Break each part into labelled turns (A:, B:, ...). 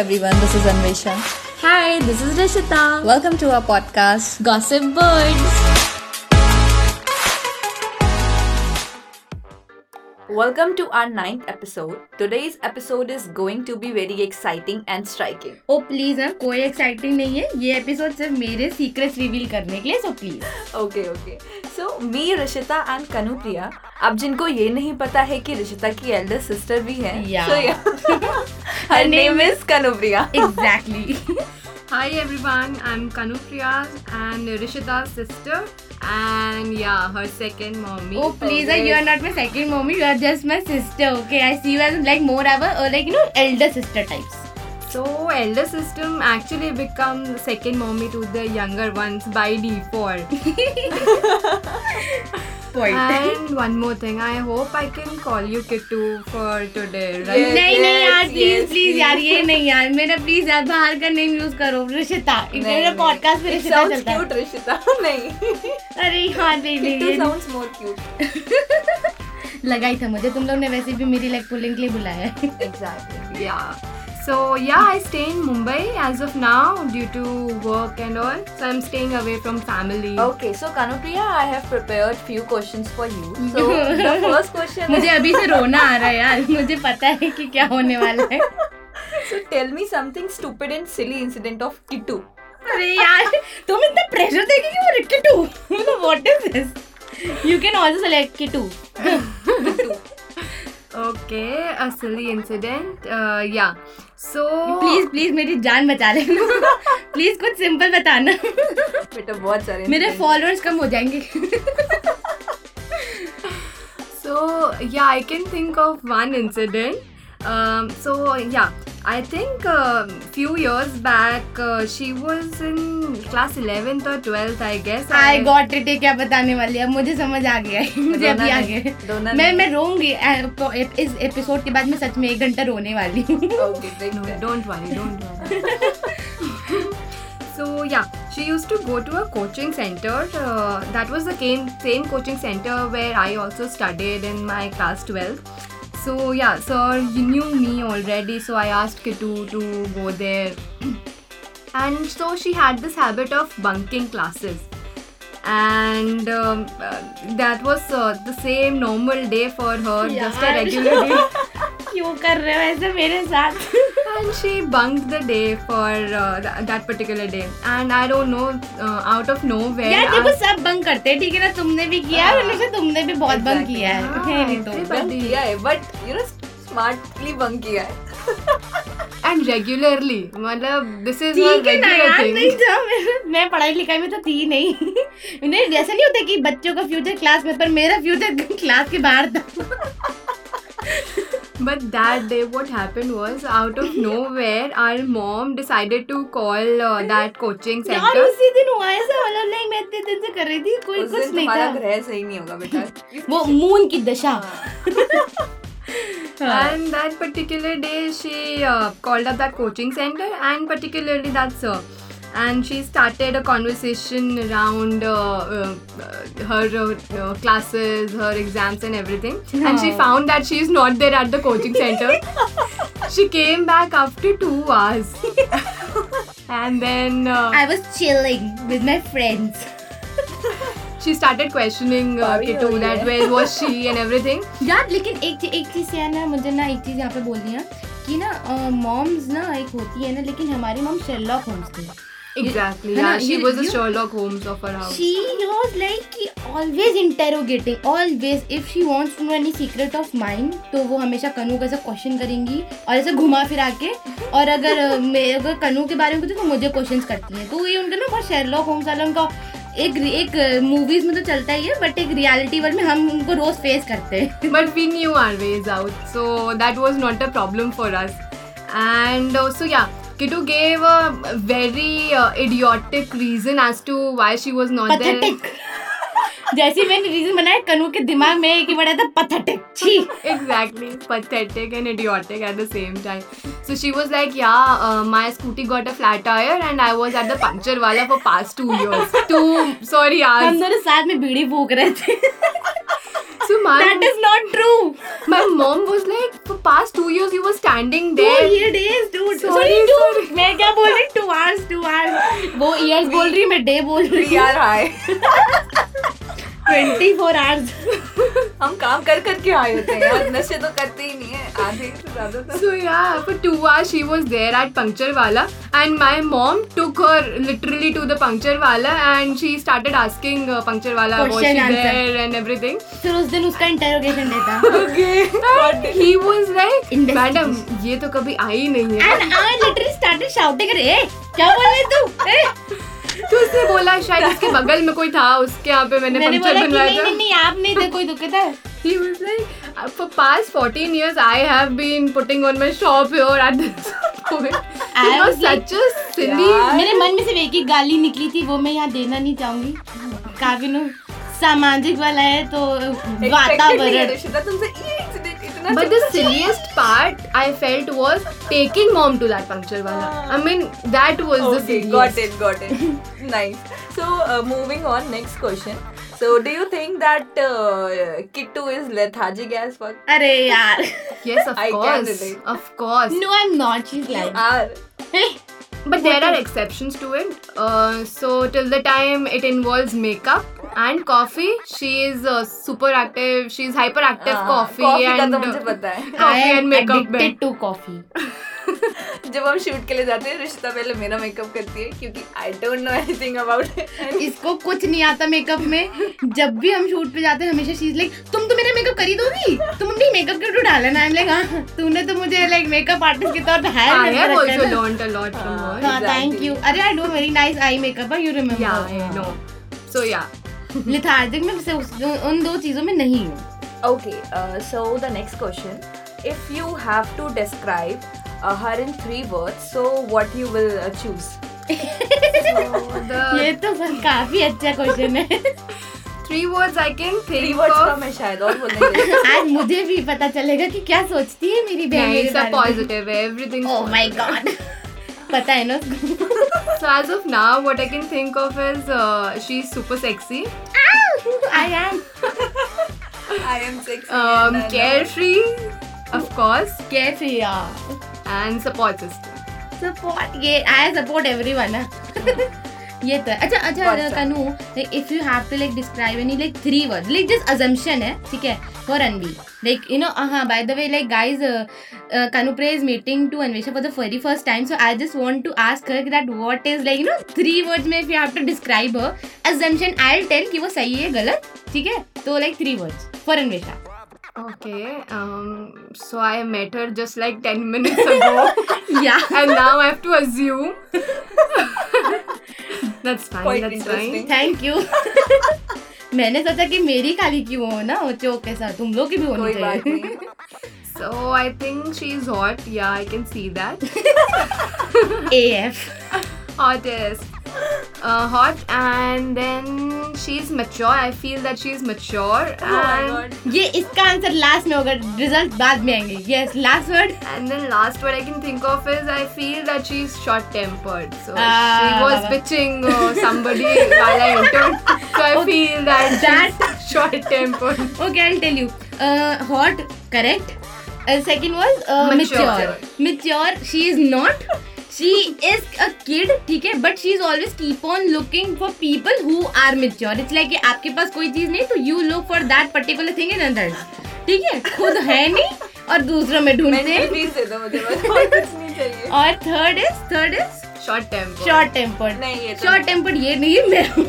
A: everyone, this is Anvesha.
B: Hi, this is Rishita.
A: Welcome to our podcast.
B: Gossip Birds. Welcome to our ninth episode. Today's episode is going to be very exciting and striking.
C: Oh please हाँ कोई exciting नहीं है ये episode सिर्फ मेरे secrets reveal करने के लिए so please
B: Okay, okay. So, me, Rishita and Kanupriya. अब जिनको ये नहीं पता है कि रिशिता की एल्डर सिस्टर भी है
C: Yeah.
B: so, yeah. her name is Kanupriya.
C: Exactly
D: Hi everyone, I'm Kanupriya and Rishita's sister, and yeah, her second mommy.
C: Oh please you are not my second mommy you are just my sister okay I see you as like more or like you know elder sister types
D: So elder system actually become second mommy to the younger ones by default. and one more thing, I hope I can call you Kittu for today, right?
B: Yes,
C: नहीं नहीं
B: yes,
C: यार please
B: yes,
C: please
B: please.
C: यार ये नहीं यार मेरा please यार बाहर का नेम यूज करो रिशिता
B: नहीं,
C: मेरे
B: नहीं.
C: पॉडकास्ट पे
B: It
C: रिशिता
B: sounds
C: चलता है
B: cute, Rishita. नहीं.
C: अरे हाँ
B: Kittu
C: baby
B: sounds more cute.
C: लगाई था मुझे तुम लोग ने वैसे भी मेरी लेग पुलिंग के लिए बुलाया है
B: Exactly.
D: Yeah. So yeah, I stay in Mumbai as of now due to work and all. So I'm staying away from family.
C: Oh.
B: Okay, so Kanupriya, I have prepared few questions for you. So the first question
C: मुझे
B: is,
C: अभी से रोना आ रहा है यार मुझे पता है कि क्या होने वाला है
B: so tell me something stupid and silly incident of Kittu.
C: अरे यार तुम इतना प्रेशर देके क्यों रखे टू मतलब what is this you can also select की टू
D: Okay, a silly incident. Uh, yeah. So
C: please please मेरी जान बचा ले प्लीज कुछ सिंपल बताना
B: बेटा बहुत सारे
C: मेरे
B: incident.
C: फॉलोअर्स कम हो जाएंगे
D: So yeah, I can think of one incident. Um, so yeah, I think um few years back uh, she was in class 11th or 12th, I guess.
C: I got it ये क्या बताने वाली है अब मुझे समझ आ गया है
B: रोना
C: मुझे अभी आ
B: नहीं,
C: गया है
B: रोना
C: मैं
B: नहीं।
C: मैं रोऊंगी अ- इस एपिसोड के बाद मैं सच में एक घंटा रोने वाली हूँ
B: Okay, great.
D: No, don't worry, don't worry. so yeah, she used to go to a coaching center. Uh, that was the same same coaching center where I also studied in my class 12. So yeah, sir, you knew me already, so I asked Kitu to go there. and so she had this habit of bunking classes and um, uh, that was uh, the same normal day for her just a
C: यार।
D: regular day
C: क्यों कर रहे हो ऐसे मेरे साथ
D: and she bunked the day for uh, th- that particular day and i don't know uh, out of nowhere
C: यार देखो
D: I-
C: सब बंक करते हैं ठीक है ना तुमने भी किया है और से तुमने भी बहुत बंक
B: हाँ। Exactly.
C: किया है
D: हाँ,
C: है नहीं तो
D: everybody-
B: Bunk किया है, but you know smartly bunk किया है.
D: and regularly मतलब this is her
C: ठीक है ना
D: regular
C: यार नहीं
D: thing
C: था मैं- मैं पढ़ाई लिखाई में तो थी नहीं नहीं ऐसा नहीं होता कि बच्चों का फ्यूचर क्लास में पर मेरा फ्यूचर क्लास के बाहर था
D: but that day what happened was out of nowhere our mom decided to call uh, that coaching
C: यार
D: center
C: उसी दिन हुआ ऐसा मतलब नहीं मैं इतने दिन से कर रही थी कोई
B: उस
C: कुछ
B: दिन
C: नहीं
B: तुम्हारा
C: था
B: ग्रह सही नहीं होगा बेटा.
C: वो मून की दशा हाँ।
D: And that particular day, she uh, called up that coaching center and particularly that sir. And she started a conversation around uh, uh, uh, her uh, uh, classes, her exams, and everything. And she
C: No.
D: found that she's not there at the coaching center. she came back after two hours. and then uh,
C: I was chilling with my friends
D: she started questioning uh,
B: Sorry,
D: Kitu
C: oh,
B: sorry,
D: that
B: yeah.
D: where was she and everything.
C: यार लेकिन एक चीज- एक चीज यार ना मुझे ना एक चीज यहाँ पे बोलनी है कि ना मॉम्स ना एक होती है ना लेकिन हमारी मॉम शेरलॉक होम्स थी
D: Exactly.
C: No, no,
D: Yeah, she
C: you-
D: was the
C: you-
D: Sherlock Holmes of her house.
C: She was like कि always interrogating always if she wants to know any secret of mind तो वो हमेशा कनू का ऐसा question करेंगी और ऐसे घुमा फिरा के और अगर अ, मैं अगर कनू के बारे में पूछूं तो मुझे क्वेश्चंस करती है तो ये उनका ना बहुत शेरलॉक होम्स वाला उनका एक एक मूवीज में तो चलता ही है बट एक रियलिटी वर्ल्ड में हम उनको रोज फेस करते हैं
D: but we knew our ways out so that was not a problem for us and uh, so yeah Kitu gave a very uh, idiotic reason as to why she was not
C: pathetic जैसे ही मैंने reason बनाया कनू के दिमाग में एक ही बड़ा था pathetic छी
D: there. Exactly, pathetic and idiotic at the same time. So she was like, Yeah, uh, my scooty got a flat tire and I was at the puncture wala for past two years. Two, sorry,
C: हम
D: hours.
C: दोनों साथ में बीड़ी फूक रहे थे
D: So my,
C: that is not true
D: my mom was like, For past two years, you were standing
C: Two
D: there.
C: year days, dude.
D: Sorry,
C: Sorry, two.
D: sorry.
C: मैं क्या बोल रही टू hours, टू hours. वो years बोल रही मैं day बोल रही
B: We are high.
C: Twenty four hours
B: हम काम कर कर के आए होते हैं यार नशे तो करते ही नहीं है आधे से ज्यादा तो
D: So yeah, for two hours she was there at Puncturwala, and my mom took her literally to the Puncturwala, and she started asking uh, Puncturwala was
C: Question
D: she
C: answer.
D: there and everything.
C: फिर उस दिन उसका interrogation देता
D: And he was like,
C: Investigation.
D: madam, ये तो कभी आई नहीं है.
C: And I literally started shouting अरे "ए, क्या बोल रही तू ए?"
D: तो उसने बोला शायद उसके बगल में कोई था उसके यहाँ पे मैंने
C: मैंने
D: पंक्चर
C: बोला कि नहीं
D: बनवाया
C: नहीं
D: था.
C: नहीं आप नहीं थे कोई तो कहता है
D: He was like, "Uh, for past 14 years I have been putting on my shop here at this point.
C: I
D: It was
C: was like-
D: such a silly.
B: Yeah.
C: मेरे मन में सिर्फ एक ही गाली निकली थी वो मैं यहाँ देना नहीं चाहूंगी काबिनो सामाजिक वाला है तो वातावरण
B: रिशिता तुमसे ये इंसिडेंट इतना तो
D: But the silliest part I felt was taking mom to that puncture wala. I mean, that was the
B: Ah. Okay,
D: silliest.
B: got it, got it. nice. So, uh, moving on, next question. So, do you think that uh, Kittu is lethargic as fuck?
C: अरे यार
D: Yes, of
B: I can
D: course.
B: relate.
D: Of course.
C: No I am not she is
B: You
D: Ah,
C: like
B: are.
D: But there are exceptions to it. Uh, so till the time it involves makeup and coffee, she is uh, super active. She's hyperactive
B: हाँ,
D: coffee,
B: Ah, coffee का
D: and uh,
B: तो मुझे पता है।
D: coffee and makeup. bed.
C: To coffee
B: जब हम shoot के लिए जाते हैं रिश्ता पहले मेरा मेकअप करती है क्योंकि I don't know anything about
C: इसको कुछ नहीं आता मेकअप में जब भी हम शूट पे जाते हैं हमेशा शीज लाइक तुम तो मेरा मेकअप कर ही दोगी तुमने मेकअप क्यों डाला ना आई एम लाइक हाँ तूने तो मुझे लाइक मेकअप आर्टिस्ट के तौर पे
D: I
C: हायर
D: have
C: कर
D: also
C: रखा है
D: learned a lot from
B: Ah.
D: her.
C: ना थैंक यू अरे I do very nice I makeup you
D: Yeah,
C: remember
B: Ah.
D: I know. So yeah.
C: Lethargic में से उस- उन दो चीजों में नहीं हूँ
B: Okay, uh, so the next question. If you have to describe uh, her in three words, so what you will uh, choose?
D: So
C: ये
D: the
C: तो बस काफी अच्छा क्वेश्चन है
D: three words I can think
B: Three words का
D: of.
B: मैं शायद और बोलने
C: आज मुझे भी पता चलेगा कि क्या सोचती है मेरी
D: Yeah,
C: बहन मेरे
D: it's a
C: बारे में
D: positive. Everything's
C: oh my
D: positive.
C: God पता है ना उसको
D: So as of now, what I can think of is uh, she's super sexy,
C: I am
B: I am six.
D: um, carefree, of course,
C: कैसे
D: and support system.
C: Support ये I support everyone ये तो है अच्छा अच्छा
B: What's up?
C: Kanu like if you have to like describe any like three word like just assumption है ठीक है for Anvi like you know हाँ by the way like guys Kanupriya is meeting to Anvesha for the very first time so I just want to ask her that what is like you know three words में if you have to describe her assumption I tell कि वो सही है गलत ठीक है तो like three words for Anvesha
D: Okay, um, so I met her just like 10 minutes ago,
C: या
D: and now I have to assume. that's fine,
B: Quite
D: that's
B: interesting.
D: fine.
C: Thank you मैंने सोचा कि मेरी खाली क्यों हो ना चौक के साथ तुम लोग की भी होनी
B: कोई बात
C: चाहिए
B: नहीं
D: So I think she's hot, yeah, I can see that.
C: AF.
D: Hottest. Uh, hot, and then she's mature. I feel that she's mature,
B: Oh my
D: and
B: God.
C: ये इसका आंसर लास्ट में होगा रिजल्ट बाद में आएंगे yes last word
D: And then last word I can think of is I feel that she's short tempered. So
C: Ah,
D: she was
C: Baba.
D: bitching uh, somebody while I entered. So I feel that, she's short tempered.
C: Okay I tell you what correct second was
D: Mature.
C: Mature mature she is not she is a kid ठीक है but she is always keep on looking for people who are mature it's like आपके पास कोई चीज नहीं तो you look for that particular thing in others ठीक है खुद है नहीं और दूसरों में ढूंढते
B: मेंटल
C: हैं
B: पीस दे दो मुझे बस और कुछ नहीं चाहिए
C: और third is third is
D: Short tempered.
C: Short tempered
B: नहीं, ये तो
C: शॉर्ट टेम्पर्ड ये नहीं मैं हूँ।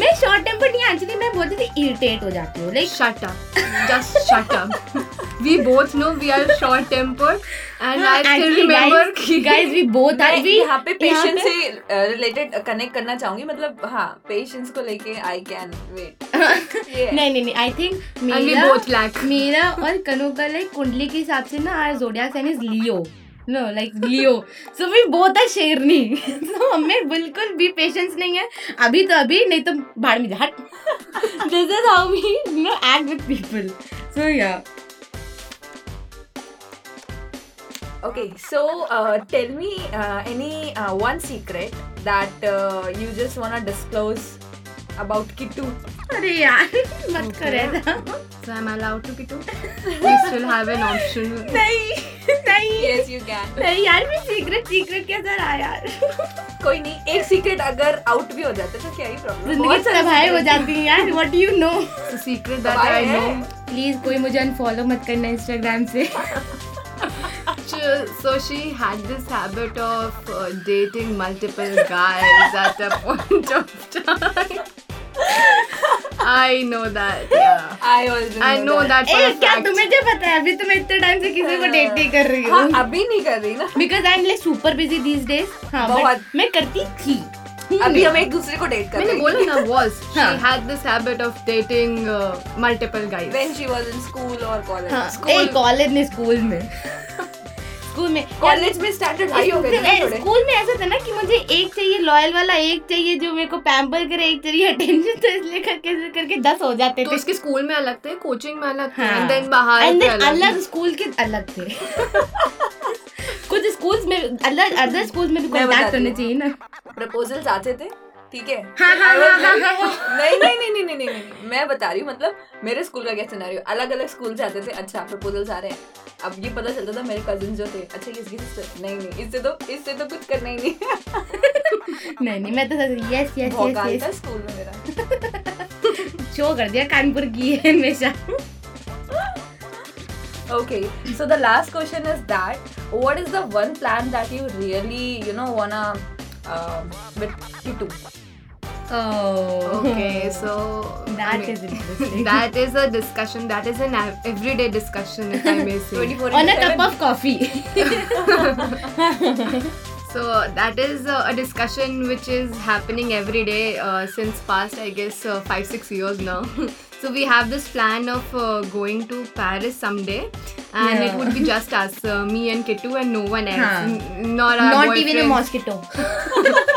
C: मैं शॉर्ट टेम्पर्ड नहीं एक्चुअली मैं बहुत ही इरिटेट हो जाती हूँ like
D: Shut up. Just shut up. we both know we are short tempered. And
C: हाँ,
D: I still remember. ki-
C: guys we both
B: मैं
C: आर वी
B: यहाँ पे पेशेंस से रिलेटेड कनेक्ट करना चाहूंगी मतलब हाँ पेशेंस को लेके आई कैन वेट
C: नहीं नहीं नहीं आई थिंक
D: And we
C: मेरा
D: both lack.
C: मेरा और कनु का लाइक कुंडली के हिसाब से ना our zodiac sign is Leo no like Leo so we both are शेरनी सो हमें बिल्कुल भी पेशेंस नहीं है अभी तो अभी नहीं तो भाड़ में जा हट this is how we no act with people so yeah
B: Okay, so uh, tell me uh, any uh, one secret that uh, you just wanna disclose about Kittu.
C: अरे यार मत कर ऐसा
D: So am I allowed to Kitu? we still have an option.
C: नहीं नहीं
B: yes you can
C: नहीं यार मैं सीक्रेट सीक्रेट क्या डर आया यार
B: कोई नहीं एक सीक्रेट अगर आउट भी हो जाता तो क्या ही
C: जिंदगी
B: प्रॉब्लम
C: तबाही हो जाती है यार what you know
D: It's a secret that
B: Bye,
D: I
B: eh?
D: know.
C: Please कोई मुझे अनफॉलो मत करना इंस्टाग्राम से
B: हाँ,
D: She- So she had this habit of uh, dating multiple guys at a point of time. I know that. Yeah.
B: I also
D: I know that for
C: A,
D: a
C: क्या
D: fact.
C: तुम्हें जो पता है अभी तो मैं इतने टाइम से किसी को डेट नहीं कर रही
B: हाँ
C: हूँ
B: अभी नहीं कर रही ना
C: because I am like super busy these days हाँ
B: बहुत।
C: but मैं करती थी हूँ
B: अभी
C: मैं।
B: हम एक दूसरे को डेट कर
D: मैंने
B: रहे
D: बोला ना was she
C: हाँ.
D: had this habit of dating uh, multiple guys
B: when she was in school or college
C: हाँ, ए
B: school
C: कॉलेज में स्कूल में स्कूल में
B: कॉलेज में स्टैंडर्ड हाई हो गए ना थोड़े
C: स्कूल में ऐसा था ना कि मुझे एक चाहिए लॉयल वाला एक चाहिए जो मेरे को पैम्पर करे एक चाहिए अटेंशन तो इसलिए करके करके दस हो जाते
D: तो
C: थे
D: उसके स्कूल में अलग थे कोचिंग में अलग थे
C: हाँ।
D: and then बाहर
C: And
D: थे
C: then अलग स्कूल के अलग थे कुछ स्कूल्स में अलग अदर स्कूल्स में भी
B: मैं
C: कॉन्टैक्ट
B: बताती
C: होने
B: हूँ।
C: चाहिए ना
B: प्रपोजल्स आते थे ठीक है
C: हाँ, हाँ,
B: I was
C: हाँ, हाँ,
B: like,
C: हाँ,
B: नहीं नहीं नहीं नहीं नहीं नहीं नहीं, मैं बता रही हूँ मतलब मेरे स्कूल का क्या सिनेरियो अलग अलग स्कूल से आते थे अच्छा प्रपोजल्स आ रहे हैं अब ये पता चलता था मेरे कजिन जो थे अच्छा ये इसकी sister, नहीं नहीं इससे तो इससे तो कुछ करना ही नहीं
C: नहीं नहीं मैं तो यस यस
B: भोकाल
C: यस
B: था स्कूल में मेरा
C: यस शो कर दिया कानपुर की है हमेशा
B: Okay, so the last question is that what is the one plan that you really, you know, wanna um, with Kitu?
C: Oh।
D: okay so I
C: that
D: mean,
C: is interesting
D: that is a discussion that is an ev- everyday discussion if i may say
B: 24
C: on a
B: into 7?
C: Cup of coffee
D: so that is uh, a discussion which is happening every day uh, since past i guess uh, 5 6 years now so we have this plan of uh, going to paris someday and it
C: Yeah.
D: would be just us uh, me and kittu and no one else
C: Huh.
D: N- not our
C: not even a
D: boyfriends.
C: Mosquito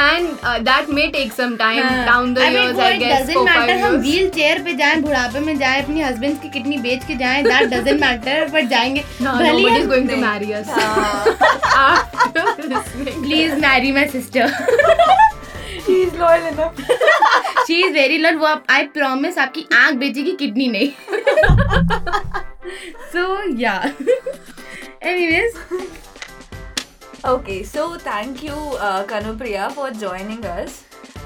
D: and uh, that may take some time
C: हाँ।
D: down the years i guess
C: doesn't
D: four, five
C: matter हम
D: years.
C: Wheel chair पे जाएं बुढ़ापे में जाएं अपनी husband की kidney बेच के जाएं दैट डजंट मैटर पर जाएंगे
D: no,
C: भले
D: nobody's
C: ही
D: going to marry us after listening.
C: Please Mary my sister
B: She is loyal enough.
C: She is very love वो आई प्रॉमिस आपकी आंख बेचेगी किडनी नहीं सो yeah anyways
B: Okay, so thank you, uh, Kanupriya, for joining us.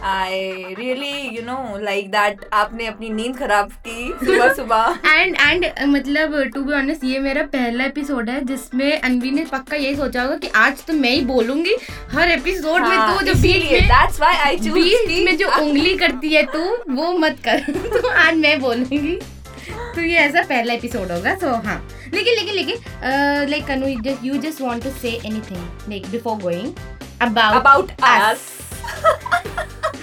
B: I really, you know, like that आपने अपनी नींद खराब की सुबह सुबह
C: एंड एंड मतलब टू बी ऑनेस्ट ये मेरा पहला एपिसोड है जिसमें अनवी ने पक्का यही सोचा होगा कि आज तो मैं ही बोलूंगी हर एपिसोड में
B: हाँ,
C: तो जो बीच
B: इसीलिए,
C: में
B: that's why I choose
C: बीच में
B: tea.
C: जो उंगली करती है तू वो मत कर तो आज मैं बोलूंगी तो ये ऐसा पहला एपिसोड होगा सो हाँ लेकिन लेकिन लेकिन like Kanu you just want to say anything like before going about
B: about us.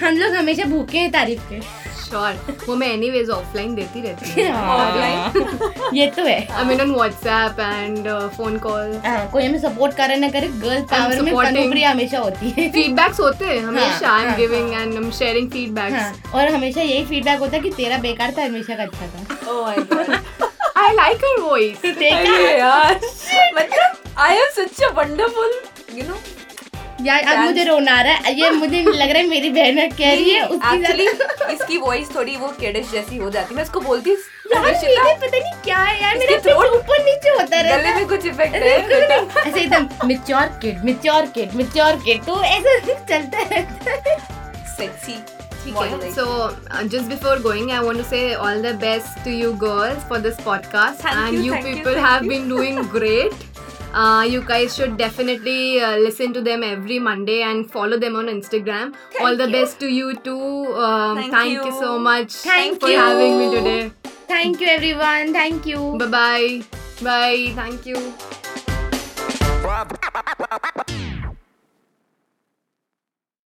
C: हम लोग हमेशा भूखे हैं तारीफ के
D: श्योर वो मैं anyways ऑफलाइन देती रहती हूँ
B: हाँ।
C: हाँ, ये तो है
D: I mean on WhatsApp and phone call
C: हाँ, कोई हमें सपोर्ट करे ना करे गर्ल पावर में
D: supporting.
C: कनुप्रिया हमेशा होती है
D: फीडबैक्स होते हैं हमेशा आई एम
C: हाँ,
D: giving and I am sharing
C: हाँ,
D: फीडबैक्स
C: और हमेशा यही फीडबैक होता है कि तेरा बेकार था हमेशा का अच्छा था
B: Oh my god.
D: I like हर वॉइस
C: देखा
B: अरे यार मतलब I am such a wonderful you know
C: यार अब मुझे रोना आ रहा है ये मुझे लग रहा है मेरी बहन कह रही है उसकी
B: एक्चुअली
C: ज्यादा-
B: इसकी वॉइस थोड़ी वो केडिश जैसी हो जाती है मैं इसको बोलती
C: यार
B: हर्षिता,
C: मेरे पता नहीं क्या है यार मेरा
B: इसके
C: पेट
B: throat-
C: ऊपर नीचे होता रहता
B: गले
C: है
B: में कुछ इफेक्ट है बेटा
C: ऐसे एकदम mature kid mature kid mature kid तो ऐसे चलता रहता है
B: sexy
D: So uh, just before going, I want to say all the best to you girls for this podcast,
B: Thank
D: and
B: you,
D: you,
B: thank you,
D: people
B: thank
D: have
B: you.
D: been doing great. Uh, you guys should definitely uh, listen to them every Monday and follow them on Instagram. all the best to you too. Um,
B: Thank
D: thank you
B: you.
D: so much
C: Thank
D: for
C: you.
D: having me today.
C: Thank you everyone thank you
D: Bye bye. Bye. Thank you.